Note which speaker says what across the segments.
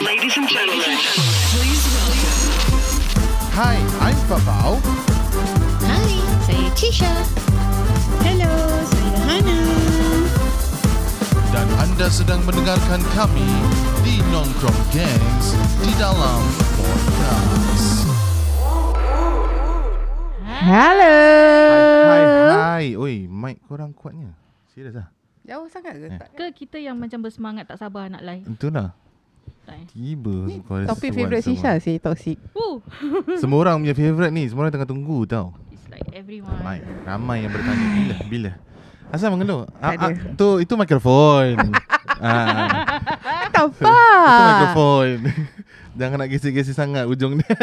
Speaker 1: Ladies and gentlemen,
Speaker 2: Hi, I'm Babau.
Speaker 3: Hai, saya Tisha.
Speaker 4: Hello, saya Hana.
Speaker 2: Dan anda sedang mendengarkan kami di Nongkrong Gangs di dalam podcast.
Speaker 4: Hello.
Speaker 2: Hai, hai. Oi, mic korang kuatnya. Serius lah.
Speaker 5: Jauh sangat ke?
Speaker 2: Eh.
Speaker 5: Tak.
Speaker 3: Ke kita yang macam bersemangat tak sabar nak live.
Speaker 2: Itulah.
Speaker 3: Tak, eh?
Speaker 2: lah. Tiba kau ada
Speaker 5: Topik
Speaker 2: sesuatu
Speaker 5: favourite
Speaker 2: semua.
Speaker 6: lah,
Speaker 5: Sisha sih toxic.
Speaker 3: Woo.
Speaker 2: Semua orang punya favourite ni Semua orang tengah tunggu tau
Speaker 3: It's like everyone.
Speaker 2: Ramai, ramai yang bertanya Bila? Bila? Asal mengeluh? Ah,
Speaker 5: Tak ada.
Speaker 2: ah, tu, itu mikrofon ah,
Speaker 5: Tak
Speaker 2: Itu
Speaker 5: apa.
Speaker 2: mikrofon Jangan nak gesi-gesi sangat ujung dia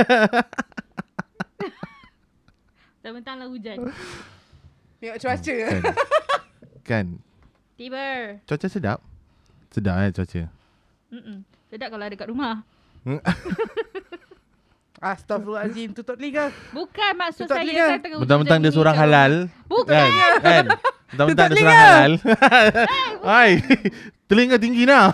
Speaker 3: Tak bentang lah hujan.
Speaker 5: Tengok cuaca.
Speaker 2: Kan, kan.
Speaker 3: Tiba.
Speaker 2: Cuaca sedap Sedap eh cuaca Hmm?
Speaker 3: Mm-mm. Sedap kalau ada kat rumah.
Speaker 5: Astaghfirullahalazim tutup telinga.
Speaker 3: Bukan maksud
Speaker 5: Tutup
Speaker 3: saya
Speaker 5: telinga.
Speaker 3: kan tengah
Speaker 2: Mentang-mentang dia
Speaker 3: hujan-hujan
Speaker 2: seorang
Speaker 3: bunyi kat
Speaker 2: halal
Speaker 3: Bukan.
Speaker 2: Kan, kan? Mentang-mentang dia
Speaker 5: Tutup
Speaker 2: seorang
Speaker 5: telinga.
Speaker 2: halal Hai Telinga tinggi nak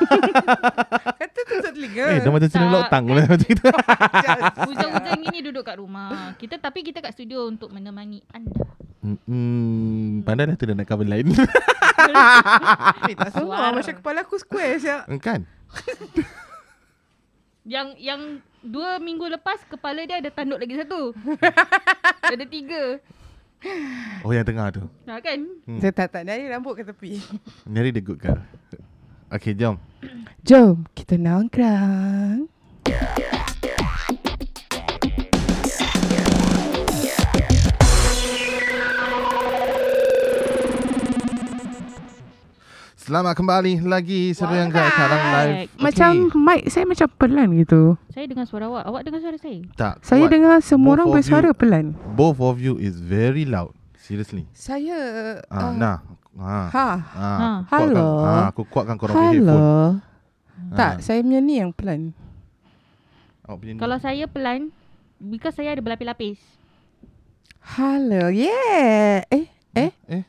Speaker 5: Kata tutup telinga.
Speaker 2: Eh dah macam senang
Speaker 3: Tak.
Speaker 2: loktang pula Macam kita
Speaker 3: rumah. Hujan-hujan gini duduk kat rumah. Kita tapi kita kat studio untuk menemani anda.
Speaker 2: Hmm, pandai dah tu dah nak cover lain
Speaker 5: Eh, tak
Speaker 3: Suar.
Speaker 5: sama. Macam kepala aku square siap.
Speaker 2: Kan?
Speaker 3: Yang yang dua minggu lepas kepala dia ada tanduk lagi satu. ada tiga.
Speaker 2: Oh yang tengah tu
Speaker 3: Nah kan?
Speaker 2: Hmm.
Speaker 5: Saya tak tak dari rambut ke tepi.
Speaker 2: Nyari the good girl Okay jom
Speaker 5: Jom kita nongkrong.
Speaker 2: Selamat kembali lagi Siapa yang kat Karang Live
Speaker 3: Alright.
Speaker 2: Okay.
Speaker 6: Macam mic saya macam pelan gitu.
Speaker 3: Saya dengar suara awak. Awak dengar suara saya?
Speaker 2: Tak
Speaker 6: Saya
Speaker 2: kuat.
Speaker 6: dengar semua
Speaker 2: Both
Speaker 6: orang
Speaker 2: of
Speaker 6: bersuara
Speaker 2: you-
Speaker 6: pelan.
Speaker 2: Both of you is very loud Seriously
Speaker 5: Saya
Speaker 2: ah,
Speaker 5: ah,
Speaker 2: Nah ah.
Speaker 5: Ha.
Speaker 2: Ah,
Speaker 3: Ha.
Speaker 2: aku kuatkan-
Speaker 6: Hello.
Speaker 2: ah, Aku kuatkan korang punya headphone
Speaker 6: Hello.
Speaker 2: Ah,
Speaker 6: Tak, saya punya ni yang pelan.
Speaker 2: awak punya ni.
Speaker 3: Kalau saya pelan Because saya ada berlapis-lapis
Speaker 5: Hello. Yeah. Eh. Eh.
Speaker 2: Eh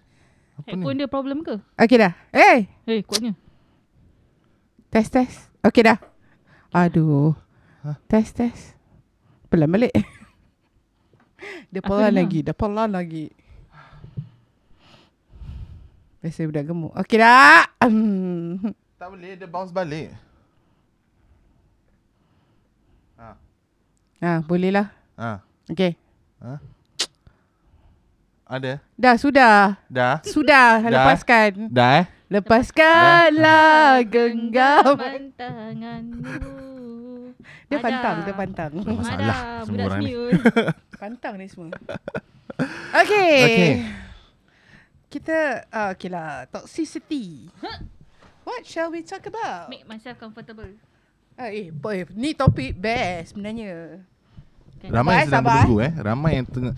Speaker 2: Apa
Speaker 3: Headphone
Speaker 2: ni?
Speaker 3: dia problem ke?
Speaker 5: Okey dah. Eh.
Speaker 3: Eh kuatnya
Speaker 5: Test test. Okey dah. Aduh.
Speaker 2: Hah?
Speaker 5: Test test. Pelan balik. Dia
Speaker 3: Aku
Speaker 5: pelan
Speaker 3: dengar.
Speaker 5: lagi, dia pelan lagi. Biasa budak gemuk. Okey dah. Hmm.
Speaker 2: Tak boleh dia bounce balik
Speaker 5: Ha, boleh lah.
Speaker 2: ah.
Speaker 5: Okey.
Speaker 2: Ada
Speaker 5: Dah, sudah.
Speaker 2: Dah
Speaker 5: Sudah,
Speaker 2: Dah.
Speaker 5: lepaskan.
Speaker 2: Dah eh
Speaker 5: Lepaskanlah Ah, genggam.
Speaker 3: tanganmu
Speaker 5: Dia
Speaker 3: Ada.
Speaker 5: pantang, dia pantang.
Speaker 2: Masalah
Speaker 3: Ada
Speaker 2: semua
Speaker 3: budak
Speaker 2: orang ni.
Speaker 3: senior
Speaker 5: Pantang ni semua. Okey.
Speaker 2: Okey.
Speaker 5: Kita, uh, okey lah, toxicity. What shall we talk about?
Speaker 3: Make myself comfortable
Speaker 5: Ah, eh, apa- eh, ni topik best sebenarnya.
Speaker 2: Ramai yang
Speaker 5: Sabar,
Speaker 2: sedang
Speaker 5: sabar,
Speaker 2: menunggu eh Ramai yang tengah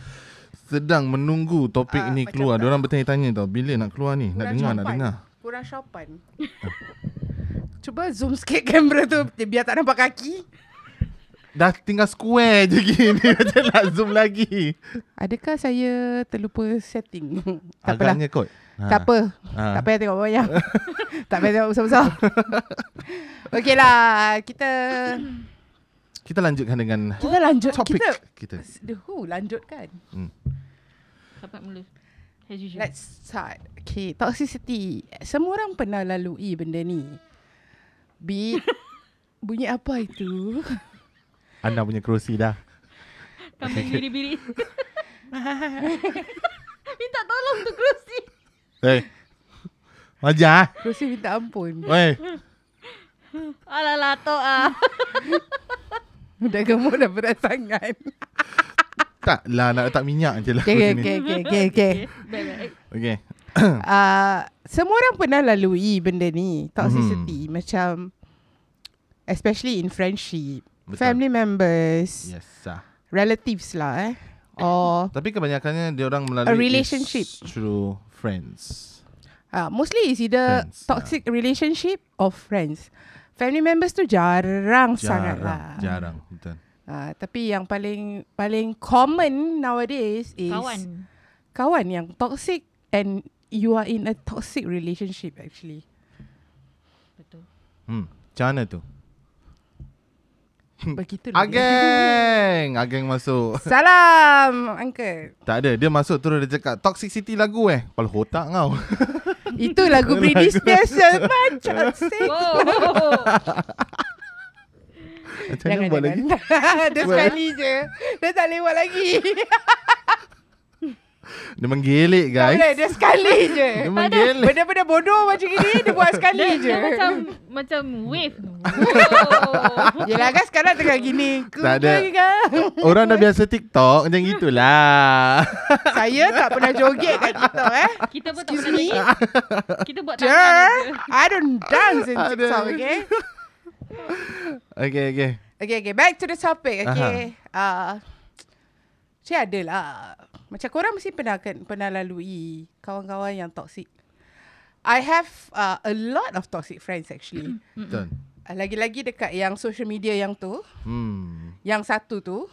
Speaker 2: sedang menunggu topik
Speaker 5: Ah,
Speaker 2: ini
Speaker 5: macam
Speaker 2: keluar.
Speaker 5: tak-
Speaker 2: Diorang bertanya-tanya tau bila nak keluar ni, nak dengar, nak
Speaker 5: sopan.
Speaker 2: dengar.
Speaker 5: Kurang sopan. Cuba zoom sikit kamera tu biar tak nampak kaki.
Speaker 2: Dah tinggal square je gini Macam nak zoom lagi
Speaker 5: Adakah saya terlupa setting? tak apalah.
Speaker 2: Agaknya kot
Speaker 5: Tak apa.
Speaker 2: Ha.
Speaker 5: Tak payah tengok banyak. tak payah tengok besar-besar. Okey lah. Kita
Speaker 2: Kita lanjutkan dengan
Speaker 5: kita lanjut.
Speaker 2: topik
Speaker 5: Kita
Speaker 2: kita,
Speaker 5: Duh, lanjutkan.
Speaker 3: Sampai mula As usual
Speaker 5: Let's start. Okay, toxicity. Semua orang pernah lalui benda ni. Bi bunyi apa itu?
Speaker 2: Anda punya kerusi dah
Speaker 3: Kambing biri-biri Minta tolong tu kerusi
Speaker 2: Hei Eh. Wajah eh.
Speaker 5: Kursi minta ampun.
Speaker 2: Hei
Speaker 3: Alah latok ah
Speaker 5: Dah gemuk dah berat sangat.
Speaker 2: Tak lah nak letak minyak je lah
Speaker 5: Okay,
Speaker 2: sini.
Speaker 5: okay, okay, okay, okay.
Speaker 3: Baik-baik
Speaker 2: okay.
Speaker 5: Uh, semua orang pernah lalui benda ni. Toxicity. Macam, especially in friendship.
Speaker 2: Betul.
Speaker 5: Family members.
Speaker 2: Yes sah.
Speaker 5: Relatives lah Ya. eh. Or
Speaker 2: Tapi kebanyakannya dia orang melalui
Speaker 5: A relationship.
Speaker 2: is Through friends
Speaker 5: Uh, mostly is either
Speaker 2: Friends,
Speaker 5: friends, toxic yeah. relationship or friends. Family members tu jarang, jarang sangat lah.
Speaker 2: Jarang Betul
Speaker 5: Uh, tapi yang paling paling common nowadays is
Speaker 3: Kawan
Speaker 5: kawan yang toxic and you are in a toxic relationship actually.
Speaker 3: Betul
Speaker 2: hmm. Macam mana tu
Speaker 5: Begitu dia.
Speaker 2: Ageng Ageng masuk
Speaker 5: Salam uncle.
Speaker 2: Tak ada Dia masuk terus dia cakap Toxicity lagu eh Kalau otak kau
Speaker 5: Itu lagu British biasa macam sih.
Speaker 3: Oh. Wow.
Speaker 2: Macam mana
Speaker 5: Jangan
Speaker 2: buat
Speaker 5: jangan.
Speaker 2: lagi
Speaker 5: Dia
Speaker 2: Buat
Speaker 5: sekali je. Dia tak lewat lagi.
Speaker 2: Dia menggelik
Speaker 5: Tak
Speaker 2: guys
Speaker 5: boleh dia sekali je.
Speaker 2: Dia menggelik
Speaker 5: Benda-benda bodoh macam gini dia buat sekali
Speaker 3: Dia,
Speaker 5: je.
Speaker 3: dia macam macam wave. Wow.
Speaker 5: Yelah kan sekarang tengah gini. Ku
Speaker 2: Tak ada.
Speaker 5: pegang.
Speaker 2: Orang dah biasa TikTok Macam gitulah
Speaker 5: Saya tak pernah joget kat TikTok eh.
Speaker 3: Kita pun tak
Speaker 5: Excuse
Speaker 3: pernah
Speaker 5: me.
Speaker 3: lagi. Kita buat
Speaker 5: Sure.
Speaker 3: tangan. je.
Speaker 5: I don't dance in
Speaker 2: Ada.
Speaker 5: TikTok okay.
Speaker 2: Okay okay
Speaker 5: Okay okay back to the topic okay. Ah. Uh, saya ada lah. Macam korang mesti pernah kan pernah lalui kawan-kawan yang toxic. I have uh, a lot of toxic friends actually.
Speaker 3: Mm.
Speaker 2: Betul
Speaker 5: Ah, Lagi-lagi dekat yang social media yang tu,
Speaker 2: Hmm
Speaker 5: yang satu tu.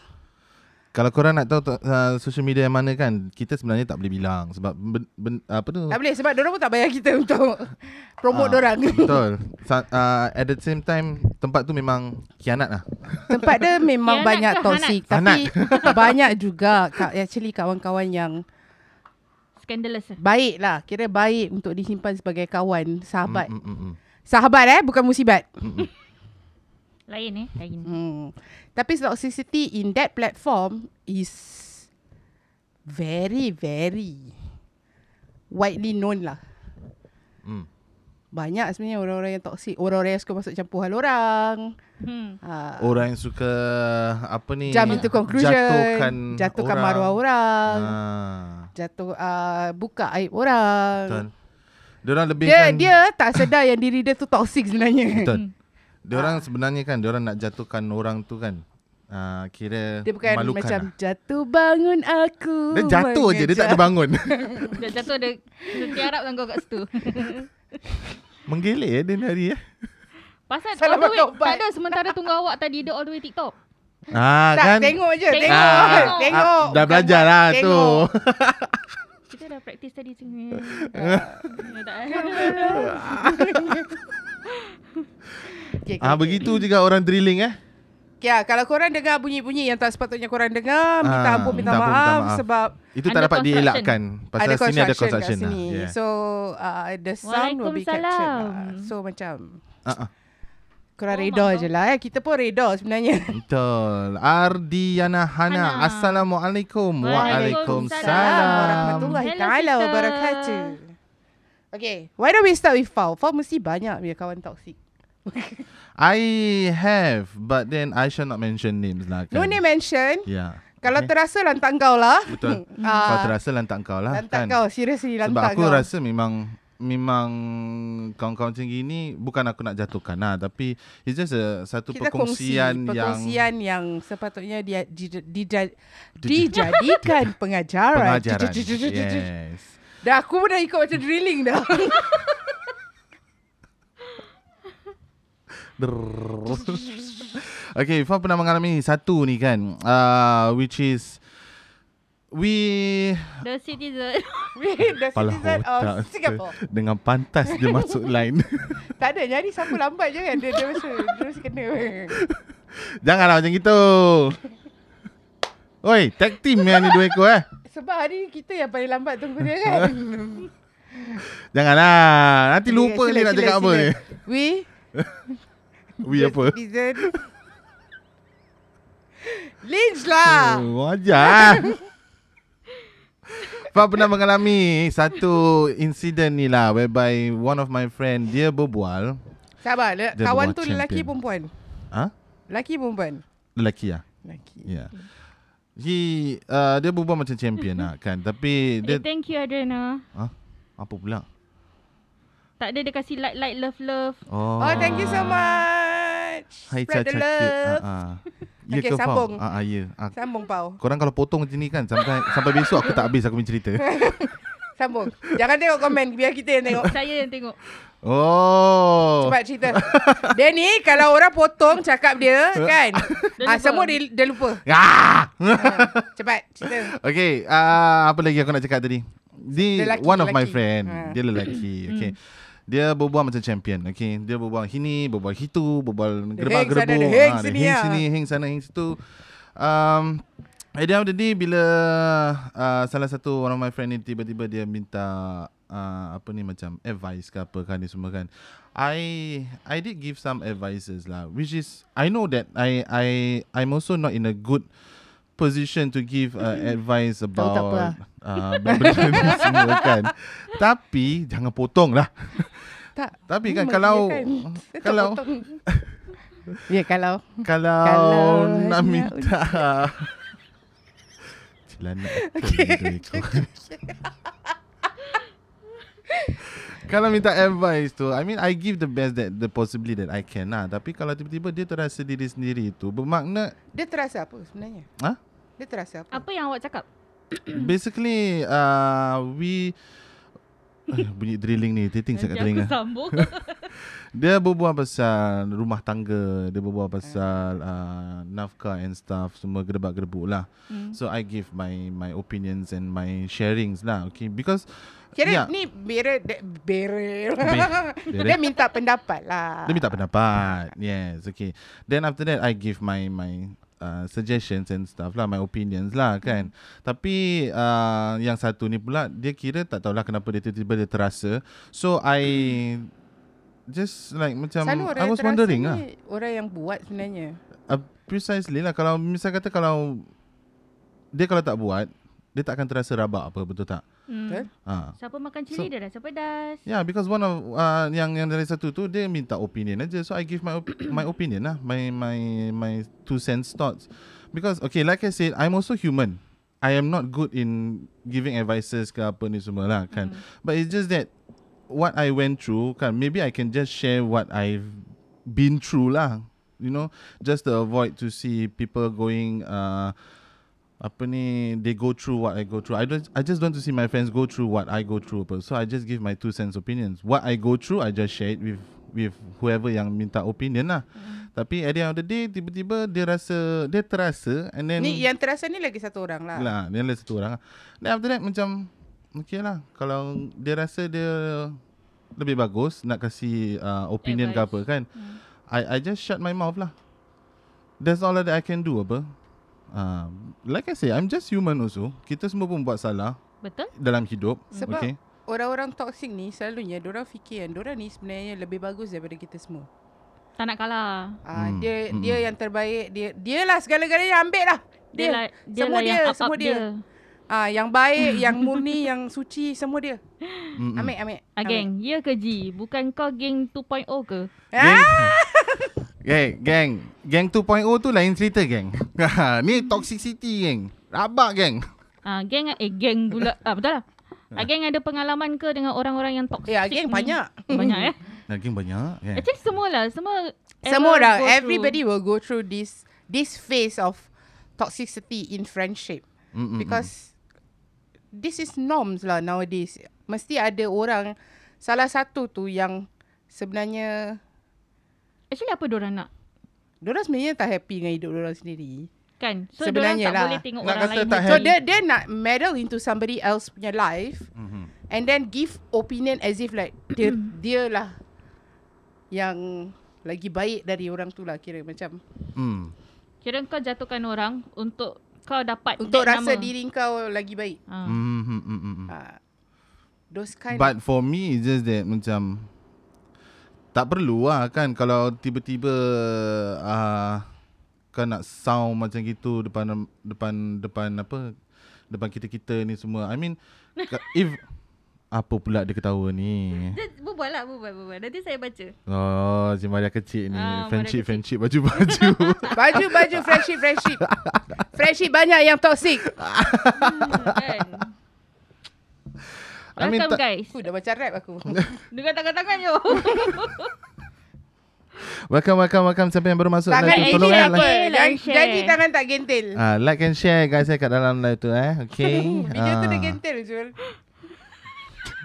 Speaker 2: Kalau korang nak tahu to- uh, social media yang mana kan Kita sebenarnya tak boleh bilang Sebab ben, ben, apa tu
Speaker 5: Tak boleh sebab dorang pun tak bayar kita untuk promote
Speaker 2: Hmm. Ah,
Speaker 5: dorang.
Speaker 2: Betul Sa- uh, At the same time Tempat tu memang Kianat lah
Speaker 5: Tempat dia memang
Speaker 3: Kianat
Speaker 5: banyak
Speaker 3: ke
Speaker 5: toxic tapi banyak juga ka- actually kawan-kawan yang
Speaker 3: Scandalous. eh?
Speaker 5: baik lah. Kira baik untuk disimpan sebagai kawan, sahabat.
Speaker 2: mm, mm, mm,
Speaker 5: Sahabat eh, bukan musibat.
Speaker 2: mm, mm.
Speaker 3: Lain eh, lain.
Speaker 5: Hmm. Tapi toxicity in that platform is very very widely known lah.
Speaker 2: Mm.
Speaker 5: Banyak sebenarnya orang-orang yang toxic, orang-orang yang suka masuk campur hal orang.
Speaker 3: Hmm.
Speaker 5: Ha.
Speaker 2: Orang yang suka Apa ni
Speaker 5: jump into conclusion,
Speaker 2: Jatuhkan
Speaker 5: jatuhkan
Speaker 2: orang.
Speaker 5: maruah orang,
Speaker 2: Ah,
Speaker 5: jatuh uh, buka aib orang.
Speaker 2: Betul Diorang lebih
Speaker 5: Dia
Speaker 2: kan
Speaker 5: dia tak sedar yang diri dia tu toxic sebenarnya.
Speaker 2: Betul
Speaker 5: Ah.
Speaker 2: Diorang sebenarnya kan Diorang nak jatuhkan orang tu kan uh, Kira
Speaker 5: Dia bukan
Speaker 2: malukan
Speaker 5: macam
Speaker 2: lah.
Speaker 5: jatuh bangun aku.
Speaker 2: Dia jatuh je Dia tak ada bangun
Speaker 3: Dah jatuh ada tiarap dengan kau kat situ.
Speaker 2: Menggelik eh dia ni hari eh
Speaker 3: Pasal
Speaker 5: Salah
Speaker 3: all the way,
Speaker 5: makan ubat.
Speaker 3: tak ada sementara tunggu awak tadi dia all the way TikTok.
Speaker 2: Ah,
Speaker 5: Tak,
Speaker 2: kan
Speaker 5: tengok je.
Speaker 3: Tengok.
Speaker 5: Tengok.
Speaker 2: Ah,
Speaker 5: Tengok. tengok.
Speaker 2: ah, Dah belajar lah tu
Speaker 3: Kita dah practice tadi sini. tak
Speaker 5: Okay, okay.
Speaker 2: Ah begitu juga orang drilling eh.
Speaker 5: Okay, ah, kalau korang dengar bunyi-bunyi yang tak sepatutnya korang dengar, minta
Speaker 2: Ah,
Speaker 5: ampun, minta,
Speaker 2: minta ampun, minta
Speaker 5: maaf,
Speaker 2: maaf.
Speaker 5: sebab
Speaker 2: Itu tak
Speaker 3: Under
Speaker 2: dapat
Speaker 3: construction.
Speaker 2: dielakkan pasal
Speaker 5: ada
Speaker 2: sini
Speaker 5: construction,
Speaker 2: ada construction
Speaker 5: kat sini.
Speaker 2: lah. Yeah.
Speaker 5: So, uh, the sound will be captured lah.
Speaker 3: Waalaikumsalam.
Speaker 5: So, macam
Speaker 2: Ah, ah.
Speaker 5: korang
Speaker 3: Oh,
Speaker 5: reda
Speaker 3: mak
Speaker 5: je lah. Eh. Kita pun reda sebenarnya.
Speaker 2: Betul. Ardiana Hana.
Speaker 3: Hana.
Speaker 2: Assalamualaikum.
Speaker 3: Waalaikumsalam.
Speaker 2: Waalaikumsalam.
Speaker 5: Warahmatullahi
Speaker 3: Hello,
Speaker 5: taala
Speaker 3: sister.
Speaker 5: wabarakatuh. Okay, why don't we start with Fau? Fau mesti banyak punya kawan toksik.
Speaker 2: I have but then I shall not mention names lah. Kan?
Speaker 5: No name mention.
Speaker 2: Yeah. Eh,
Speaker 5: Kalau terasa lantak kau lah.
Speaker 2: Betul.
Speaker 5: Ah,
Speaker 2: kau terasa lantak kau lah kan.
Speaker 5: lantak kau, seriously
Speaker 2: Sebab
Speaker 5: lantak
Speaker 2: aku
Speaker 5: kau.
Speaker 2: rasa memang memang kawan-kawan macam gini bukan aku nak jatuhkan lah tapi it's just a, satu
Speaker 5: kita kongsi
Speaker 2: perkongsian, yang
Speaker 5: perkongsian yang, sepatutnya dia dija- dija-
Speaker 2: Dija-
Speaker 5: dijadikan pengajaran.
Speaker 2: pengajaran.
Speaker 5: Dija- dija- dija- dija-
Speaker 2: Yes.
Speaker 5: Dah aku pun dah ikut macam drilling dah.
Speaker 2: okay, Ifah pernah mengalami satu ni kan, uh, which is we
Speaker 3: The citizen. Eh,
Speaker 5: We the
Speaker 2: Kepala
Speaker 5: citizen oh, of
Speaker 2: otak
Speaker 5: Singapore.
Speaker 2: tu dengan pantas dia masuk line.
Speaker 5: Tak ada nyari siapa lambat je kan. Dia dia masuk dia mesti kena.
Speaker 2: Janganlah macam gitu. Oi, tag team yang ni dua ekor eh.
Speaker 5: Sebab hari ni kita yang paling lambat tunggu dia kan.
Speaker 2: Janganlah. Nanti lupa
Speaker 5: Sila,
Speaker 2: ni nak
Speaker 5: sila,
Speaker 2: cakap apa
Speaker 5: sila.
Speaker 2: ni.
Speaker 5: We
Speaker 2: We
Speaker 5: the
Speaker 2: apa?
Speaker 5: Citizen. Lynch lah.
Speaker 2: Oh, wajar. Pak pernah mengalami satu insiden ni lah whereby one of my friend dia berbual.
Speaker 5: Sabar, le-
Speaker 2: Dia
Speaker 5: kawan
Speaker 2: berbual
Speaker 5: tu lelaki
Speaker 2: champion.
Speaker 5: perempuan.
Speaker 2: Ha?
Speaker 5: Lelaki perempuan.
Speaker 2: Lelaki lah.
Speaker 5: Lelaki.
Speaker 2: Yeah. He uh, dia berbual macam champion lah kan. Tapi
Speaker 3: Eh,
Speaker 2: dia
Speaker 3: thank you Adriana.
Speaker 2: ha? apa pula?
Speaker 3: Tak ada dia kasi light light love love.
Speaker 5: Oh, thank you so much.
Speaker 2: Ah. Hai
Speaker 5: Spread the
Speaker 2: caca
Speaker 5: love.
Speaker 2: Ha ah. Ya ke
Speaker 5: Okay, sambung.
Speaker 2: faham? Ah ah ya. Ah,
Speaker 5: Sambung pau.
Speaker 2: korang kalau potong macam ni kan sampai sampai besok aku tak habis aku punya cerita.
Speaker 5: Sambung. Jangan tengok komen, biar kita yang tengok.
Speaker 3: Saya yang tengok.
Speaker 2: Oh.
Speaker 5: Cepat cerita. dia ni kalau orang potong cakap dia kan.
Speaker 3: Dia
Speaker 5: ah
Speaker 3: lupa.
Speaker 5: semua dia, dia lupa.
Speaker 2: Ah!
Speaker 5: Ah, cepat cerita.
Speaker 2: Okay, uh, apa lagi ah, aku nak cakap tadi? Dia
Speaker 5: Lelaki,
Speaker 2: one of my
Speaker 5: lelaki.
Speaker 2: friend.
Speaker 5: Ha.
Speaker 2: Dia lelaki. Okay. Dia berbual macam champion okay? Dia berbual hini Berbual itu Berbual
Speaker 5: Dia
Speaker 2: gerbang
Speaker 5: hang
Speaker 2: gerbu
Speaker 5: sana, dia hang
Speaker 2: Hang
Speaker 5: sini lah.
Speaker 2: sini Hang sana Hang situ um, At the end of the day Bila uh, Salah satu One of my friend ni Tiba-tiba dia minta uh, Apa ni macam Advice ke apa kan Ni semua kan I I did give some advices lah Which is I know that I I I'm also not in a good position to give uh, advice about
Speaker 4: tak apa lah.
Speaker 2: uh, benda ni semua kan. Tapi jangan potong lah.
Speaker 5: Tak.
Speaker 2: Tapi
Speaker 5: ni
Speaker 2: kan kalau
Speaker 5: menyediakan.
Speaker 2: kalau
Speaker 5: Potong.
Speaker 6: Ya kalau
Speaker 2: kalau,
Speaker 6: Kalau
Speaker 2: nak
Speaker 6: nak
Speaker 2: minta celana okay. Kalau minta advice tu I mean I give the best that The possibly that I can lah Tapi kalau tiba-tiba Dia terasa diri sendiri tu Bermakna
Speaker 5: Dia terasa apa sebenarnya?
Speaker 2: Ha?
Speaker 5: Dia terasa apa?
Speaker 3: Apa yang awak cakap?
Speaker 2: Basically uh, We Eh, Bunyi drilling ni Titing cakap
Speaker 3: Nanti aku
Speaker 2: telinga
Speaker 3: sambung.
Speaker 2: Dia berbual pasal rumah tangga, dia berbual
Speaker 5: Hmm.
Speaker 2: pasal uh, nafkah and stuff, semua gerebak-gerebuk lah. Mm.
Speaker 5: Hmm.
Speaker 2: So I give my my opinions and my sharings lah, okay? Because
Speaker 5: Kira
Speaker 2: Ya.
Speaker 5: ni bere de, bere.
Speaker 2: bere.
Speaker 5: Dia minta pendapat lah.
Speaker 2: dia minta
Speaker 5: Ah.
Speaker 2: pendapat. Yes, okay. Then after that I give my my uh, suggestions and stuff lah, my opinions lah
Speaker 5: Hmm.
Speaker 2: kan. Tapi uh, yang satu ni pula dia kira tak tahulah kenapa dia tiba-tiba dia terasa. So I just like macam
Speaker 5: Hmm. Selalu orang
Speaker 2: I was
Speaker 5: yang terasa
Speaker 2: wondering
Speaker 5: ni
Speaker 2: lah.
Speaker 5: Orang yang buat sebenarnya.
Speaker 2: Uh, precisely lah kalau misal kata kalau dia kalau tak buat dia tak akan terasa rabak apa betul tak?
Speaker 5: Betul?
Speaker 2: Ha.
Speaker 3: Hmm. Siapa makan
Speaker 2: So-
Speaker 3: cili dia rasa pedas.
Speaker 2: Yeah, because one of uh, yang yang dari satu tu dia minta opinion aja. So I give my op- my opinion lah, my my my two cents thoughts. Because okay, like I said, I'm also human. I am not good in giving advices ke apa ni semua lah kan. Mm. But it's just that what I went through kan, maybe I can just share what I've been through lah. You know, just to avoid to see people going uh, apa ni they go through what I go through. I don't I just don't want to see my friends go through what I go through. But so I just give my two cents opinions. What I go through, I just share it with with whoever yang minta opinion lah. Mm. Tapi at the end of the day, tiba-tiba dia rasa dia terasa and then
Speaker 5: Ni yang terasa ni lagi satu orang lah.
Speaker 2: lah dia ada satu orang lah. Then after that macam okay lah kalau dia rasa dia lebih bagus nak kasi uh, opinion ke apa
Speaker 3: Advice.
Speaker 2: kan hmm. I I just shut my mouth lah that's all that I can do apa uh, like I say I'm just human also kita semua pun buat salah
Speaker 3: Betul?
Speaker 2: dalam hidup
Speaker 5: Sebab
Speaker 2: okay
Speaker 5: orang-orang toksik ni selalunya orang fikir yang orang ni sebenarnya lebih bagus daripada kita semua.
Speaker 3: Tak nak kalah.
Speaker 5: Ah
Speaker 2: Hmm,
Speaker 5: dia
Speaker 2: hmm,
Speaker 5: dia
Speaker 2: hmm.
Speaker 5: yang terbaik, dia dia lah segala-galanya ambil lah.
Speaker 3: Dia, lah, dia
Speaker 5: semua
Speaker 3: lah
Speaker 5: dia,
Speaker 3: yang up up
Speaker 5: semua dia.
Speaker 3: dia.
Speaker 5: Ah yang baik, yang murni, yang suci semua dia.
Speaker 2: Mm-mm.
Speaker 5: Ambil, ambil.
Speaker 3: Ah, geng, ya ke G? Bukan kau geng 2.0 ke?
Speaker 2: Gang, gang, gang, gang 2.0 tu lain cerita geng. Ni toxicity geng. Rabak geng.
Speaker 3: Ah, geng eh geng pula. Ah, betul lah.
Speaker 2: Ya.
Speaker 3: Ah, geng ada pengalaman ke dengan orang-orang yang toxic?
Speaker 5: Eh, ah,
Speaker 3: ni?
Speaker 5: geng banyak.
Speaker 3: Banyak eh.
Speaker 2: Nah, geng banyak. Geng.
Speaker 3: Actually semualah, semua ever go
Speaker 5: Semua orang,
Speaker 3: through.
Speaker 5: everybody will go through this this phase of toxicity in friendship
Speaker 2: Mm-mm.
Speaker 5: because
Speaker 2: hmm.
Speaker 5: this is norms lah nowadays. Mesti ada orang salah satu tu yang sebenarnya
Speaker 3: Actually apa diorang nak?
Speaker 5: Diorang sebenarnya tak happy dengan hidup diorang sendiri.
Speaker 3: Kan? So diorang
Speaker 5: Sebenarnya
Speaker 3: tak
Speaker 5: lah.
Speaker 3: boleh tengok
Speaker 2: Nak
Speaker 3: orang
Speaker 2: kata
Speaker 3: lain.
Speaker 2: tak
Speaker 3: happy.
Speaker 5: So dia dia nak meddle into somebody else punya life
Speaker 2: Mhm.
Speaker 5: and then give opinion as if like dia dia lah yang lagi baik dari orang tu lah kira macam
Speaker 2: Mm.
Speaker 3: Kira kau jatuhkan orang untuk kau dapat
Speaker 5: untuk
Speaker 3: that
Speaker 5: rasa
Speaker 3: nama.
Speaker 5: diri kau lagi baik.
Speaker 3: Ah.
Speaker 2: Mm, mm, mm, mm, mm.
Speaker 5: Uh, those kind of
Speaker 2: But for me it's just that macam tak perlu lah kan kalau tiba-tiba uh, kau nak sound macam gitu depan depan depan apa depan kita-kita ni semua. I mean ka- if apa pula dia ketawa ni?
Speaker 3: Dia berbual lah, berbual, berbual. Nanti saya baca.
Speaker 2: Oh, si Maria kecil ni.
Speaker 3: Ah, Maria
Speaker 2: friendship, friendship,
Speaker 3: kecil.
Speaker 2: baju-baju.
Speaker 5: Baju baju friendship friendship. friendship banyak yang toxic.
Speaker 3: kan?
Speaker 2: I mean,
Speaker 3: Welcome
Speaker 2: tak-
Speaker 3: guys.
Speaker 5: Aku dah macam rap aku.
Speaker 3: Dengan tangan-tangan yo.
Speaker 2: welcome, welcome, welcome. Siapa yang baru masuk live
Speaker 5: Tangan
Speaker 2: tu,
Speaker 3: and
Speaker 5: ini
Speaker 2: tolonglah.
Speaker 3: share
Speaker 5: apa?
Speaker 2: Like,
Speaker 3: Share lah,
Speaker 5: Jangan-
Speaker 3: share.
Speaker 5: Janji tangan tak gentil.
Speaker 2: Ah, like and share guys eh, kat dalam live tu eh. Okay.
Speaker 5: Video tu
Speaker 2: Ah.
Speaker 5: dia gentil Jul.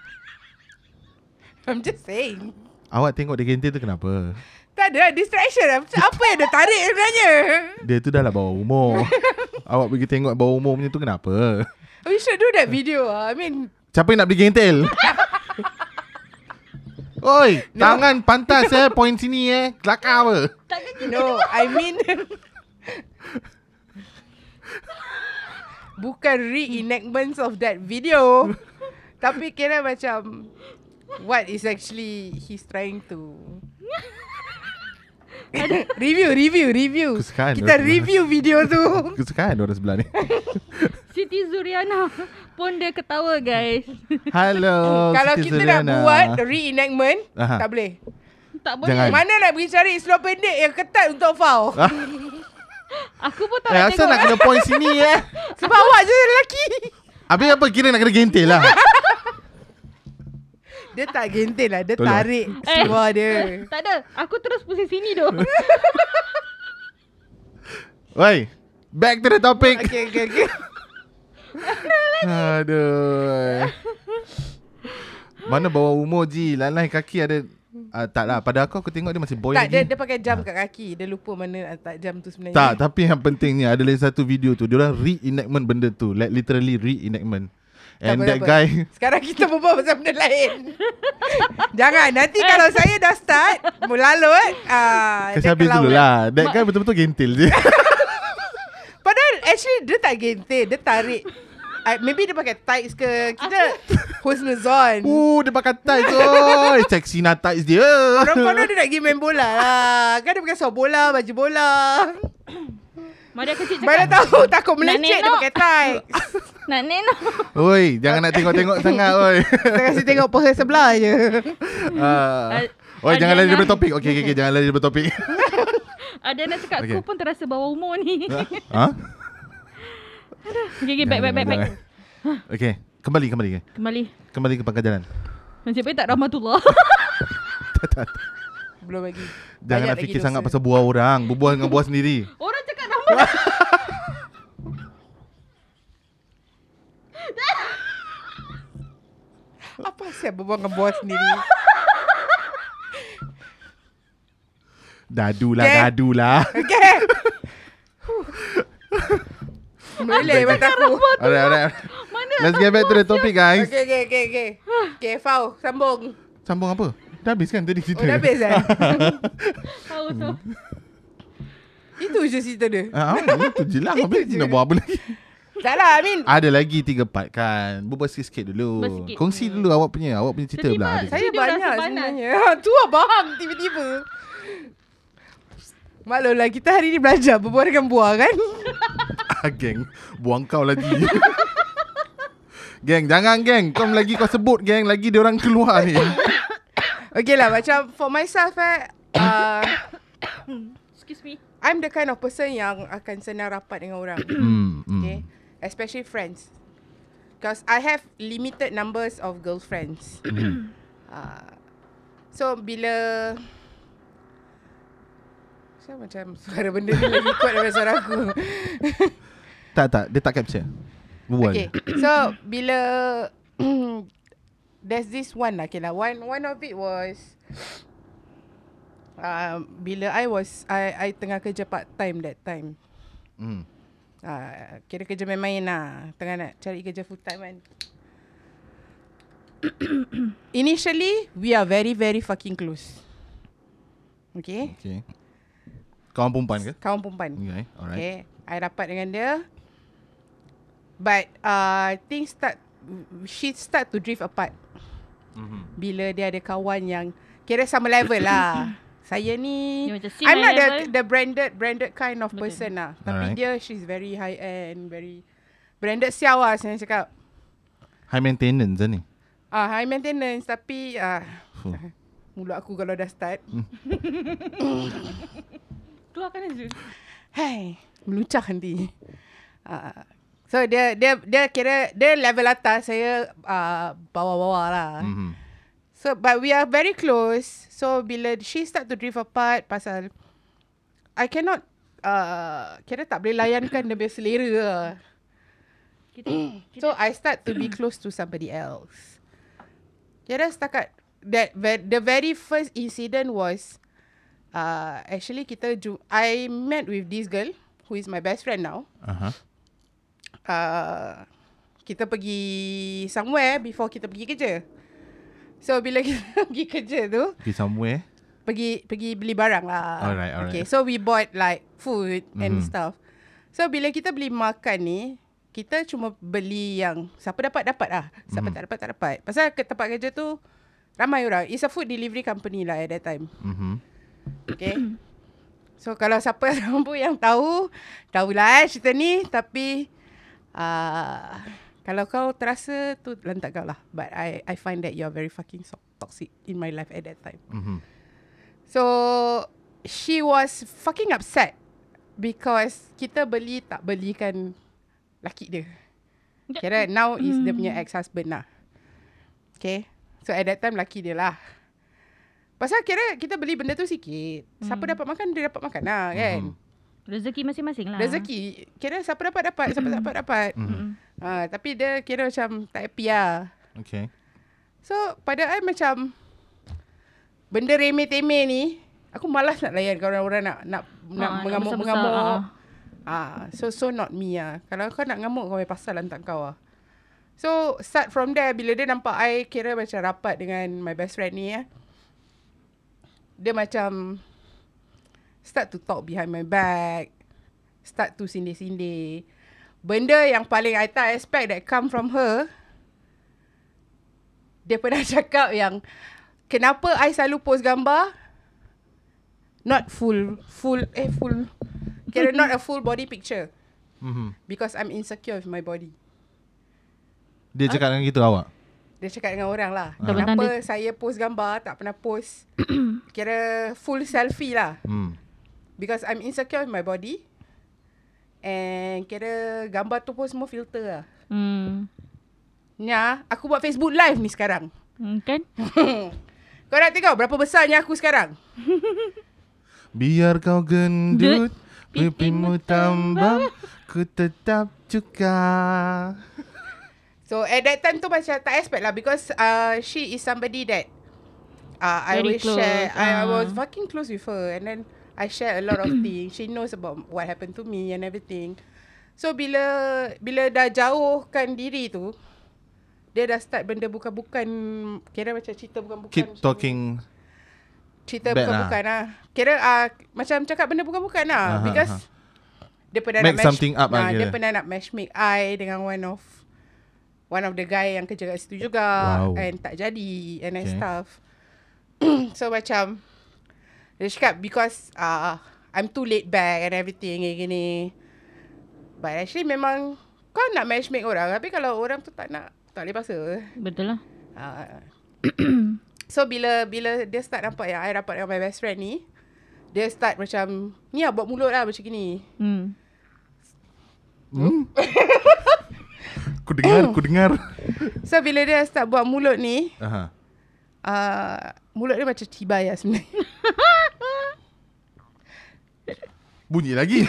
Speaker 5: I'm just saying.
Speaker 2: Awak tengok dia gentil tu kenapa?
Speaker 5: Tak ada lah, distraction lah. Macam Apa yang dia tarik sebenarnya?
Speaker 2: Dia tu dah lah bawah umur Awak pergi tengok bawah umur punya tu kenapa?
Speaker 5: We should do that video lah. I mean,
Speaker 2: Siapa yang nak beli gentel? Oi, no. tangan pantas eh, point sini eh. Kelakar apa?
Speaker 5: No, I mean bukan reenactments of that video. tapi kira macam what is actually he's trying to review, review, review.
Speaker 2: Kesukaan dia.
Speaker 5: Kita review video tu.
Speaker 2: Kesukaan orang sebelah ni.
Speaker 3: Siti Zuriana pun dia ketawa guys.
Speaker 2: Hello,
Speaker 5: Kalau
Speaker 2: Siti
Speaker 5: kita nak
Speaker 2: Zuriana.
Speaker 5: buat reenactment,
Speaker 2: Aha.
Speaker 5: tak boleh.
Speaker 3: tak
Speaker 2: Jangan.
Speaker 3: boleh.
Speaker 5: Mana nak pergi cari seluar pendek yang ketat untuk foul?
Speaker 3: Aku pun tak
Speaker 2: Eh,
Speaker 3: nak
Speaker 2: asal
Speaker 3: tengok.
Speaker 2: nak kena point sini eh?
Speaker 5: Sebab awak je lelaki.
Speaker 2: Habis apa kira nak kena gentil lah?
Speaker 5: Dia tak gentil lah. Dia
Speaker 2: Tolong.
Speaker 5: tarik seluar dia.
Speaker 3: Tak ada. Eh, Aku terus pusing sini doh.
Speaker 2: Oi, back to the topic.
Speaker 5: Okay, okay, okay.
Speaker 2: Aduh. Mana bawah umur Ji? Lalai kaki ada Ah, tak lah Pada aku aku tengok dia masih boy
Speaker 5: tak, dia,
Speaker 2: lagi
Speaker 5: dia pakai jam kat kaki. Dia lupa mana letak jam tu sebenarnya.
Speaker 2: Tak tapi yang pentingnya Ada lagi satu video tu Diorang reenactment benda tu Like literally reenactment
Speaker 5: Tak
Speaker 2: And
Speaker 5: apa,
Speaker 2: that
Speaker 5: tak apa.
Speaker 2: guy
Speaker 3: Ah,
Speaker 5: Sekarang kita berbual pasal benda lain. Jangan. Nanti kalau saya dah start, melalut. Uh,
Speaker 2: Kasi habis dulu lah That guy betul-betul gentil je
Speaker 5: Padahal actually dia tak gentil. Dia tarik. Uh, maybe dia pakai tights ke. Kita husnuzon.
Speaker 2: Uh dia pakai tights Oi Sexy nak tights dia
Speaker 5: Konon-konon dia nak pergi main bola lah. Kan dia pakai seluar bola, baju bola.
Speaker 3: Mari aku cik
Speaker 5: Mana
Speaker 3: cakap.
Speaker 5: tahu takut melecet dia
Speaker 3: nenok.
Speaker 5: pakai tights.
Speaker 3: Nak nenok.
Speaker 2: Oi Jangan nak tengok-tengok sangat oi
Speaker 5: Kita kasi tengok peha sebelah je.
Speaker 2: Ah.
Speaker 3: Ad-
Speaker 2: Oi jangan lari
Speaker 3: Adriana.
Speaker 2: daripada topik Okay okay, okay jangan lari daripada topik
Speaker 3: Ada nak cakap
Speaker 2: Okay.
Speaker 3: aku pun terasa bawah umur ni.
Speaker 2: Ha?
Speaker 3: okay, okay, back, back, back, back.
Speaker 2: Okay Kembali kembali
Speaker 3: Kembali.
Speaker 2: Kembali ke pangkat jalan
Speaker 3: Nasib baik tak rahmatullah.
Speaker 5: Belum lagi.
Speaker 2: Jangan nak fikir sangat pasal buah orang Berbual dengan buah sendiri
Speaker 3: Orang cakap rahmat.
Speaker 5: Apa siap berbual dengan bos sendiri?
Speaker 2: Dadu lah
Speaker 5: Okay.
Speaker 2: Dadu lah
Speaker 5: Okay. Boleh mata aku.
Speaker 2: Alright alright
Speaker 3: Mana
Speaker 2: Let's get back to the topic guys
Speaker 5: Okay, okay, okay, okay. Okay, Fau, sambung.
Speaker 2: Sambung apa? Dah habis kan tadi cerita
Speaker 5: Oh, dah habis kan?
Speaker 3: tahu tu.
Speaker 5: Itu je cerita dia.
Speaker 2: Ah, ah, itu je lah Habis nak buat apa lagi
Speaker 5: Tak lah, I mean,
Speaker 2: Ada lagi tiga part kan Berbual sikit-sikit dulu
Speaker 3: Berbual sikit.
Speaker 2: Kongsi dulu awak punya Awak punya cerita
Speaker 3: Tiba-tiba
Speaker 2: pula hari ni.
Speaker 5: Saya
Speaker 3: Dia
Speaker 5: banyak
Speaker 3: rasa panas.
Speaker 5: sebenarnya Tu abang tiba-tiba Maklumlah kita hari ni belajar Berbual dengan buah kan
Speaker 2: Ah, Geng Buang kau lagi Geng jangan geng Kau lagi kau sebut geng Lagi diorang keluar ni
Speaker 5: Okay lah macam For myself eh uh,
Speaker 3: Excuse me.
Speaker 5: I'm the kind of person Yang akan senang rapat dengan orang
Speaker 2: Hmm, hmm.
Speaker 5: Okay Especially friends Because I have limited numbers of girlfriends uh, So bila Saya macam suara benda ni lagi kuat daripada suara aku
Speaker 2: Tak tak Dia tak capture Berbual
Speaker 5: Okay. So bila there's this one lah, okay lah. One one of it was uh, bila I was I I tengah kerja part time that time.
Speaker 2: Hmm.
Speaker 5: Uh, kira kerja main-main lah Tengah nak cari kerja full time kan Initially We are very very fucking close Okay
Speaker 2: Okay Kawan perempuan ke?
Speaker 5: Kawan perempuan
Speaker 2: Okay alright
Speaker 5: Okay, I rapat dengan dia. But uh, things start she start to drift apart. Mm-hmm. Bila dia ada kawan yang kira sama level lah. Saya ni
Speaker 3: Dia macam same
Speaker 5: I'm not
Speaker 3: level.
Speaker 5: the the branded branded kind of person lah. Tapi
Speaker 2: Alright.
Speaker 5: dia she's very high end, very branded siaw lah saya cakap.
Speaker 2: High maintenance lah ni
Speaker 5: Ah uh, high maintenance tapi ah uh,
Speaker 2: Fuh.
Speaker 5: mulut aku kalau dah start.
Speaker 3: Keluarkan Azul.
Speaker 5: Hai, meluncah nanti. Uh, so dia dia dia kira dia level atas saya uh, bawah-bawah lah. Mm.
Speaker 2: Mhm.
Speaker 5: So but we are very close. So bila she start to drift apart pasal I cannot uh, kira tak boleh layankan dia punya selera. lah.
Speaker 3: Kita, kita
Speaker 5: So I start to be close to somebody else. Kira setakat that ve- the very first incident was uh, actually kita ju- I met with this girl who is my best friend now.
Speaker 2: Aha.
Speaker 5: uh, kita pergi somewhere before kita pergi kerja. So bila kita pergi kerja tu,
Speaker 2: Pergi somewhere.
Speaker 5: pergi pergi beli barang lah.
Speaker 2: Alright, alright.
Speaker 5: Okay, so we bought like food and
Speaker 2: Mhm.
Speaker 5: stuff. So bila kita beli makan ni, kita cuma beli yang siapa dapat dapat lah.
Speaker 2: Mhm.
Speaker 5: Siapa tak dapat tak dapat. Pasal ke tempat kerja tu ramai orang. It's a food delivery company lah at that time.
Speaker 2: Mm-hmm.
Speaker 5: Okay. So kalau siapa orang pun yang tahu, tahulah eh cerita ni tapi uh, kalau kau terasa tu lantak kau lah. But I I find that you're very fucking so- toxic in my life at that time.
Speaker 2: Mm-hmm.
Speaker 5: So she was fucking upset because kita beli tak belikan laki dia. Kira now is dia punya ex-husband lah. Okay. So at that time laki dia lah. Pasal kira kita beli benda tu sikit. Siapa dapat makan dia dapat makan lah kan.
Speaker 3: Rezeki masing-masing lah.
Speaker 5: Rezeki. Kira siapa dapat dapat, siapa tak dapat dapat.
Speaker 3: Hmm.
Speaker 2: Mm-hmm.
Speaker 5: Ha, tapi dia kira macam tak happy lah.
Speaker 2: Okay.
Speaker 5: So pada I macam benda remeh-temeh ni aku malas nak layan kau orang-orang nak nak Ah, nak
Speaker 3: nak
Speaker 5: mengamuk-mengamuk.
Speaker 3: besar-besar,
Speaker 5: Ah, so so not me ah. Kalau kau nak ngamuk kau punya pasal lantak kau ah. So start from there bila dia nampak I kira macam rapat dengan my best friend ni ah. Dia macam start to talk behind my back. Start to sindir-sindir. Benda yang paling I tak expect that come from her dia pernah cakap yang kenapa I selalu post gambar not full full eh full kira not a full body picture
Speaker 2: Mm-hmm.
Speaker 5: because I'm insecure with my body.
Speaker 2: Dia cakap dengan gitu awak.
Speaker 5: Dia cakap dengan orang lah.
Speaker 3: Tak
Speaker 5: Kenapa
Speaker 3: pernah
Speaker 5: saya post gambar tak pernah post kira full selfie lah
Speaker 2: Hmm.
Speaker 5: because I'm insecure with my body and kira gambar tu pun semua filter lah.
Speaker 3: Hmm.
Speaker 5: Ya, aku buat Facebook live ni sekarang.
Speaker 3: Hmm, kan?
Speaker 5: Kau nak tengok berapa besarnya aku sekarang?
Speaker 2: Biar kau gendut,
Speaker 3: Dut.
Speaker 2: pipimu
Speaker 3: pipimu
Speaker 2: tambah, ku tetap cuka.
Speaker 5: So at that time tu macam tak expect lah because uh, she is somebody that uh, I
Speaker 3: Very
Speaker 5: will share.
Speaker 3: close,
Speaker 5: I, I
Speaker 3: ah.
Speaker 5: was fucking close with her and then I share a lot of things. She knows about what happened to me and everything. So bila bila dah jauhkan diri tu, dia dah start benda bukan-bukan kira macam cerita bukan-bukan.
Speaker 2: Keep
Speaker 5: macam-
Speaker 2: talking.
Speaker 5: Cerita
Speaker 2: bad
Speaker 5: bukan-bukan lah. Kira uh, macam cakap benda
Speaker 2: Aha,
Speaker 5: bukan-bukan lah because
Speaker 2: aha.
Speaker 5: dia pernah
Speaker 2: Make
Speaker 5: nak match,
Speaker 2: something up lah
Speaker 5: Ah, dia
Speaker 2: kira.
Speaker 5: pernah nak match make I dengan one of one of the guy yang kerja kat situ juga
Speaker 2: Wow.
Speaker 5: and tak jadi
Speaker 2: Okay.
Speaker 5: and okay. stuff. so macam dia cakap because uh, I'm too laid back and everything gini-gini. But actually memang kau nak match make orang tapi kalau orang tu tak nak tak boleh paksa.
Speaker 3: Betul lah.
Speaker 5: Ah. so bila bila dia start nampak yang I rapat dengan my best friend ni, dia start macam ni lah buat mulut lah macam gini.
Speaker 3: Hmm.
Speaker 2: Hmm? ku dengar, ku dengar.
Speaker 5: So bila dia start buat mulut ni,
Speaker 2: Aha.
Speaker 5: uh, mulut dia macam tiba ya sebenarnya.
Speaker 2: Bunyi lagi.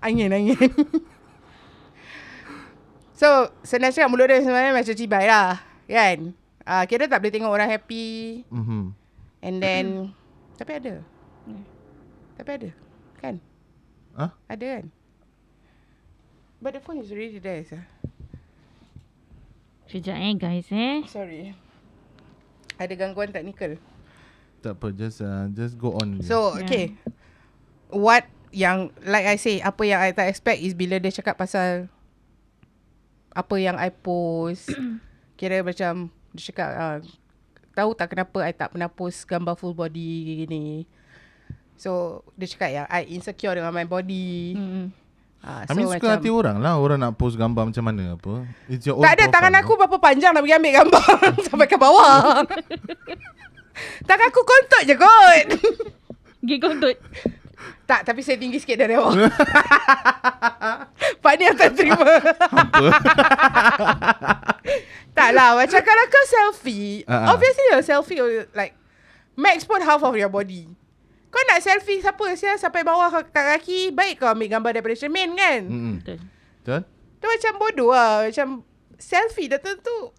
Speaker 5: angin angin. so senang cakap mulut dia sebenarnya macam tiba lah kan. Uh, kira tak boleh tengok orang happy
Speaker 2: mm-hmm.
Speaker 5: and then tapi ada. Tapi ada. Kan?
Speaker 2: Huh?
Speaker 5: Ada kan? But the phone is already there. Sir.
Speaker 3: Sekejap eh guys eh.
Speaker 5: Sorry. Ada gangguan teknikal.
Speaker 2: Tak apa, just uh, just go on. je.
Speaker 5: So,
Speaker 3: Yeah.
Speaker 5: okay. What yang like I say, apa yang I tak expect is bila dia cakap pasal apa yang I post. kira macam dia cakap uh, tahu tak kenapa I tak pernah post gambar full body gini. So, dia cakap yang I insecure dengan my body.
Speaker 3: Hmm.
Speaker 5: Uh,
Speaker 2: I mean suka hati orang lah Orang nak post gambar macam mana apa It's your own
Speaker 5: Tak ada
Speaker 2: profile.
Speaker 5: tangan aku berapa panjang nak pergi ambil gambar sampai ke bawah. tangan aku kontot je kot.
Speaker 3: Gig kentut.
Speaker 5: tak, tapi saya tinggi sikit dari awak. Pak ni yang tak terima. tak lah, macam kalau kau selfie,
Speaker 2: Ah, ah.
Speaker 5: uh-huh. obviously your selfie will like max pun half of your body. Kau nak selfie siapa sia sampai bawah kat kaki, baik kau ambil gambar daripada cermin kan?
Speaker 2: Mm-mm.
Speaker 3: Betul.
Speaker 2: Betul?
Speaker 5: Tu macam bodoh lah, macam selfie dah tentu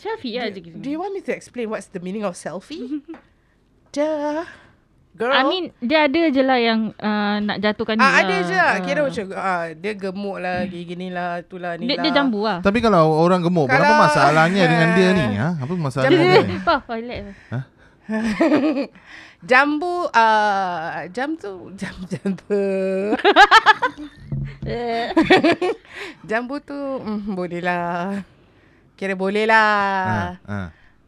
Speaker 3: Selfie lah je
Speaker 5: Do you want me to explain what's the meaning of selfie? Duh. Girl.
Speaker 3: I mean dia ada je lah yang uh, nak jatuhkan dia.
Speaker 5: Ah, ada
Speaker 3: lah.
Speaker 5: je lah. Kira
Speaker 3: Ah.
Speaker 5: macam ah, dia gemuk lah, gini, gini lah, tu lah, ni
Speaker 3: dia,
Speaker 5: lah.
Speaker 3: dia jambu lah.
Speaker 2: Tapi kalau orang gemuk pun apa
Speaker 5: Kalau-
Speaker 2: masalahnya dengan dia ni? Ha? Apa masalahnya
Speaker 5: Jadi-
Speaker 2: dia ni?
Speaker 3: Pah, toilet.
Speaker 5: Jambu, ah, jam tu, jam, jam tu. jambu tu, mm, boleh lah. Kira boleh lah.
Speaker 2: Ha, ha.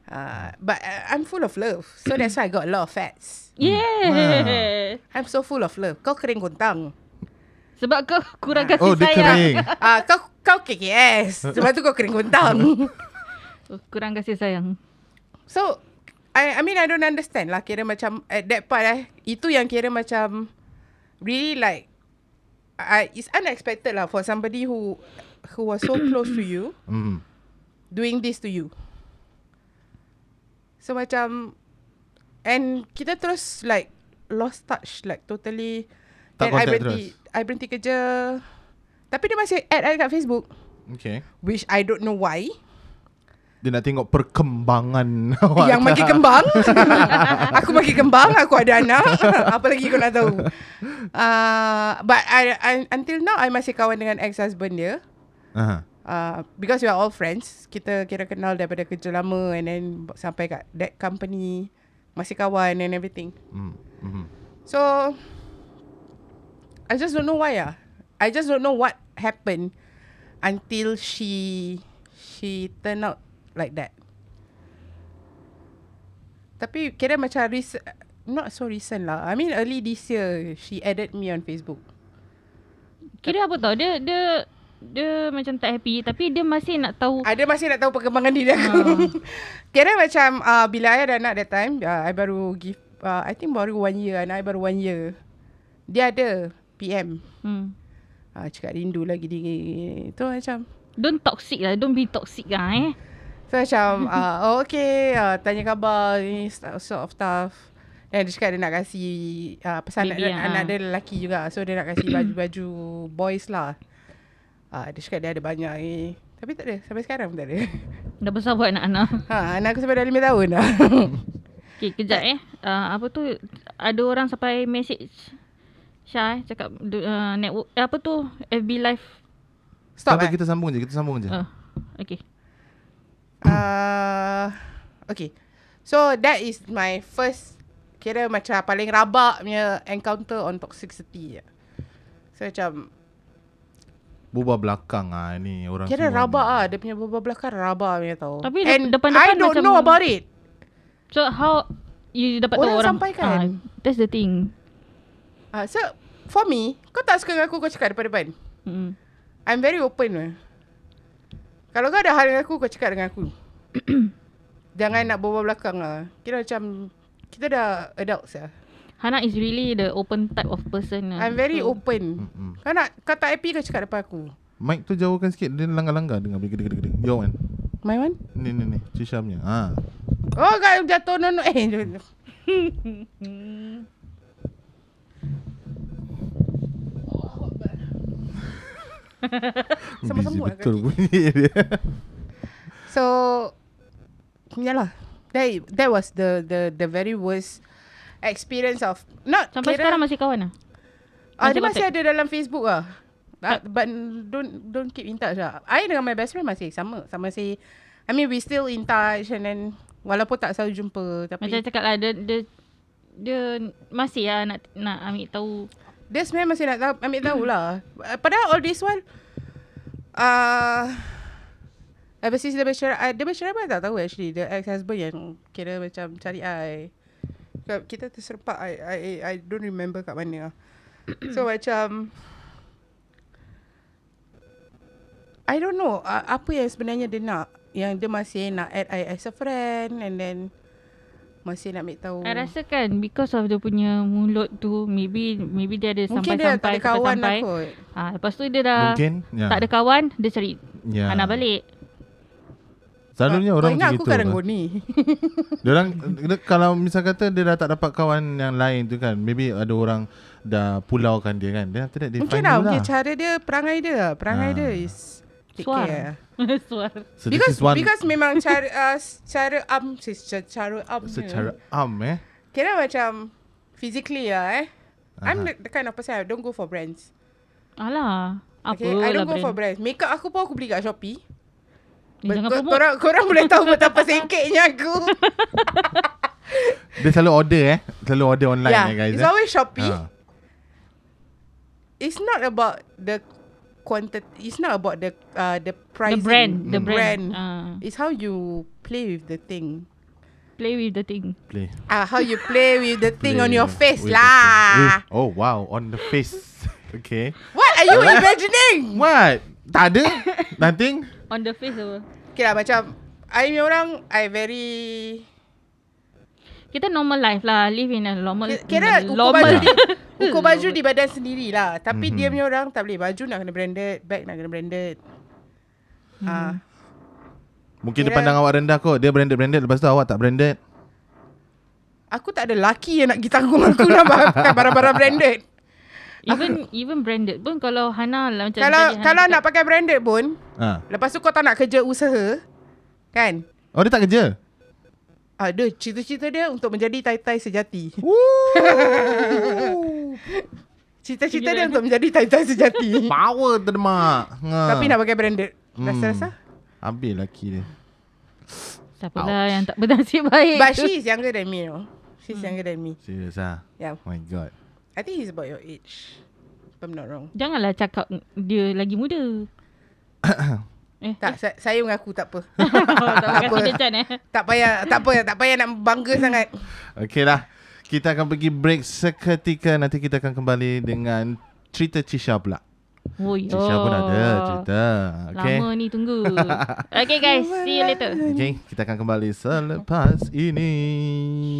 Speaker 5: Uh, but uh, I'm full of love. So that's why I got a lot of fats.
Speaker 3: Yeah.
Speaker 5: I'm so full of love. Kau kering kontang.
Speaker 3: Sebab kau kurang kasih
Speaker 2: Oh, dia
Speaker 3: sayang.
Speaker 2: kering.
Speaker 5: Ah, kau kau KKS. Sebab tu kau kering kontang.
Speaker 3: Oh, kurang kasih sayang.
Speaker 5: So I I mean I don't understand lah kira macam at that part eh itu yang kira macam really like I it's unexpected lah for somebody who who was so close to you
Speaker 2: Hmm.
Speaker 5: doing this to you. So macam and kita terus like lost touch like totally
Speaker 2: Tak
Speaker 5: Then I
Speaker 2: contact
Speaker 5: berhenti I berhenti kerja tapi dia masih add I kat Facebook
Speaker 2: Okay.
Speaker 5: which I don't know why
Speaker 2: Dia nak tengok perkembangan awak.
Speaker 5: Yang makin kembang Aku makin kembang Aku ada anak Apa lagi kau nak tahu uh, But I, I, until now I masih kawan dengan ex-husband dia
Speaker 2: Aha.
Speaker 5: uh, Because we are all friends Kita kira kenal daripada kerja lama And then b- sampai kat that company Masih kawan and everything
Speaker 2: Hmm. Hmm.
Speaker 5: So I just don't know why ah. I just don't know what happened Until she She turn out like that Tapi kira macam rec- Not so recent lah I mean early this year She added me on Facebook
Speaker 3: Kira apa tau dia dia dia macam tak happy tapi dia masih nak tahu
Speaker 5: Ada masih nak tahu perkembangan diri aku Kira macam uh, Bila I ada anak that time uh, I baru give uh, I think baru one year Anak I baru one year Dia ada PM
Speaker 3: hmm.
Speaker 5: uh, Cakap rindu lagi dia Tu macam
Speaker 3: Don't toxic lah Don't be toxic lah eh
Speaker 5: So macam uh, oh, Okay uh, Tanya khabar Ni st- sort of stuff Dan dia cakap dia nak kasi uh, Pasal anak,
Speaker 3: Baby,
Speaker 5: dia-
Speaker 3: ah.
Speaker 5: anak dia lelaki juga So dia nak kasi baju-baju Boys lah uh, Dia cakap dia ada banyak ni Tapi tak ada Sampai sekarang pun tak ada
Speaker 3: Dah besar buat anak-anak
Speaker 5: ha, Anak aku sampai dah 5 tahun dah
Speaker 3: Okay kejap eh uh, Apa tu Ada orang sampai message Syah eh Cakap du- uh, network eh, Apa tu FB live
Speaker 2: tak
Speaker 5: Stop
Speaker 2: apa,
Speaker 5: eh
Speaker 2: kita sambung je, kita sambung je.
Speaker 3: uh, Okay
Speaker 5: uh, Okay So that is my first Kira macam paling rabak punya Encounter on toxicity So macam
Speaker 2: Bubar belakang ah ni orang
Speaker 5: Kira
Speaker 2: semua
Speaker 5: rabak
Speaker 2: ni.
Speaker 5: ah Dia punya bubah belakang rabak punya tau
Speaker 3: Tapi dep-
Speaker 5: And
Speaker 3: depan-depan
Speaker 5: I don't
Speaker 3: macam-
Speaker 5: know about it
Speaker 3: So how You dapat tahu
Speaker 5: Orang
Speaker 3: orang
Speaker 5: sampaikan.
Speaker 3: Ah, That's the thing
Speaker 5: uh, So for me Kau tak suka dengan aku Kau cakap depan-depan
Speaker 3: mm.
Speaker 5: I'm very open lah. Kalau kau ada hal dengan aku Kau cakap dengan aku Jangan nak berbual belakang lah Kira macam Kita dah adults lah
Speaker 3: Hana is really the open type of person lah.
Speaker 5: I'm very
Speaker 3: so,
Speaker 5: open
Speaker 2: Mm-mm.
Speaker 5: Kau nak Kau tak happy kau cakap depan aku
Speaker 2: Mic tu jauhkan sikit Dia langgar-langgar dengar boleh gede-gede Yo kan
Speaker 5: My one
Speaker 2: Ni ni ni Cisha punya ha.
Speaker 5: Oh kau jatuh nono Eh jatuh. Sembut-sembut
Speaker 2: Busy Betul bunyi dia
Speaker 5: So Yalah That, that was the, the the very worst experience of not
Speaker 3: Sampai
Speaker 5: kira,
Speaker 3: sekarang masih kawan lah
Speaker 5: Ah, dia
Speaker 3: Masih Ah.
Speaker 5: masih ada dalam Facebook lah. But, but don't don't keep in touch lah. I dengan my best friend masih sama. Sama si I mean we still in touch and then walaupun tak selalu jumpa tapi
Speaker 3: Macam
Speaker 5: Macam
Speaker 3: cakap lah Dia Dia, dia masih lah nak, nak ambil tahu
Speaker 5: dia sebenarnya masih nak tahu, ambil tahu lah. Uh, Padahal all this while uh, Ever since dia bercerai I- Dia bercerai pun I tak tahu actually The ex-husband yang Kira macam cari I Kita- Kita terserempak I, I, I don't remember kat mana lah. So macam I don't know uh, Apa yang sebenarnya dia nak Yang dia masih nak add I as a friend And then Masih nak make tahu
Speaker 3: I rasa kan Because of dia punya mulut tu Maybe Maybe dia ada
Speaker 5: Mungkin dia tak
Speaker 3: sampai-sampai
Speaker 5: ada kawan lah
Speaker 3: sampai-sampai.
Speaker 5: kot
Speaker 3: Ah, lepas tu dia dah
Speaker 2: Mungkin ya.
Speaker 3: tak ada kawan, dia cari
Speaker 2: ya.
Speaker 3: yeah. anak balik.
Speaker 2: Selalunya
Speaker 5: Kau
Speaker 2: orang
Speaker 5: ingat
Speaker 2: macam
Speaker 5: aku
Speaker 2: gitu
Speaker 5: Karangoni
Speaker 2: Dia orang dia- Kalau misal kata Dia dah tak dapat kawan yang lain tu kan Maybe ada orang Dah pulaukan dia kan Then after that They find
Speaker 5: Mungkin
Speaker 2: you
Speaker 5: lah
Speaker 2: lah
Speaker 5: Mungkin cara dia Perangai dia lah. Perangai
Speaker 2: Ah.
Speaker 5: dia is Take
Speaker 3: Suar.
Speaker 5: care
Speaker 3: Suar.
Speaker 2: so this
Speaker 5: Because
Speaker 2: is one
Speaker 5: Because memang cara uh, Cara am Cara am
Speaker 2: Secara am eh
Speaker 5: Kira macam Physically lah eh. I'm the, the kind of person I don't go for brands.
Speaker 3: Alah. Apa
Speaker 5: Okay, I don't
Speaker 3: lah
Speaker 5: go for brands. Makeup aku pun aku beli kat Shopee.
Speaker 3: Eh,
Speaker 5: Ber-
Speaker 3: jangan
Speaker 5: kor-
Speaker 3: promote.
Speaker 5: korang, korang boleh tahu betapa sengkeknya aku.
Speaker 2: Dia selalu order eh. Selalu order online
Speaker 5: yeah,
Speaker 2: eh guys.
Speaker 5: Ya. it's
Speaker 2: eh.
Speaker 5: always Shopee.
Speaker 2: Ah.
Speaker 5: It's not about the quantity. It's not about the uh,
Speaker 3: The
Speaker 5: the pricing.
Speaker 3: brand. The
Speaker 2: Hmm.
Speaker 5: Mm.
Speaker 3: brand.
Speaker 5: brand.
Speaker 3: Ah,
Speaker 5: It's how you play with the thing.
Speaker 3: play with the thing.
Speaker 2: Play.
Speaker 5: Ah, how you play with the thing on
Speaker 2: Play
Speaker 5: your face
Speaker 2: with the
Speaker 5: lah.
Speaker 2: thing. Oh wow, on the face. Okay.
Speaker 5: What are you imagining?
Speaker 2: What? Tak ada? Nothing?
Speaker 3: On the face apa?
Speaker 5: Okay lah macam I punya orang I very
Speaker 3: Kita normal life lah. Live in a normal
Speaker 5: Ki- Kira
Speaker 3: in a
Speaker 5: ukur
Speaker 3: normal-
Speaker 5: baju di Ukur
Speaker 3: Hmm.
Speaker 5: baju di badan sendiri lah
Speaker 2: Mhm.
Speaker 5: Tapi dia punya orang Tak boleh Baju nak kena branded Bag nak kena branded Ah,
Speaker 2: Mungkin dia
Speaker 5: Kira-
Speaker 2: pandang awak rendah kot. Dia branded-branded. Lepas tu awak tak branded.
Speaker 5: Aku tak ada laki Yang nak pergi tanggung aku Nak pakai barang-barang branded
Speaker 3: Even even branded pun kalau Hana lah macam tadi
Speaker 5: Kalau
Speaker 3: Hana
Speaker 5: kalau
Speaker 3: cakap,
Speaker 5: nak pakai branded pun
Speaker 2: Ha.
Speaker 5: Lepas tu kau tak nak kerja usaha Kan
Speaker 2: Oh dia tak kerja?
Speaker 5: Ada cita-cita dia Untuk menjadi tai-tai sejati Cita-cita dia untuk menjadi tai-tai sejati
Speaker 2: Power tu demak. Ha.
Speaker 5: Hmm. Tapi nak pakai branded
Speaker 2: Hmm.
Speaker 5: Rasa-rasa
Speaker 2: Habis Hmm. lelaki dia.
Speaker 3: siapa lah yang tak bernasib baik.
Speaker 5: But
Speaker 3: Eh, tu.
Speaker 5: she is younger than me, you know. She's younger than me.
Speaker 2: Serius ah.
Speaker 5: Yeah.
Speaker 2: Oh my god.
Speaker 5: I think he's about your age. If I'm not wrong.
Speaker 3: Janganlah cakap dia lagi muda. eh,
Speaker 5: Tak, sa- saya mengaku tak apa.
Speaker 3: tak
Speaker 5: apa.
Speaker 3: apa. Dia Chan eh.
Speaker 5: tak payah, tak apa, tak payah nak bangga sangat.
Speaker 2: Okay lah. Kita akan pergi break seketika. Nanti kita akan kembali dengan cerita Cisha pula.
Speaker 3: Oh, ya.
Speaker 2: Cisha pun ada cerita. Okay.
Speaker 3: Lama ni tunggu. okay guys, see you later.
Speaker 2: Okay, kita akan kembali selepas ini.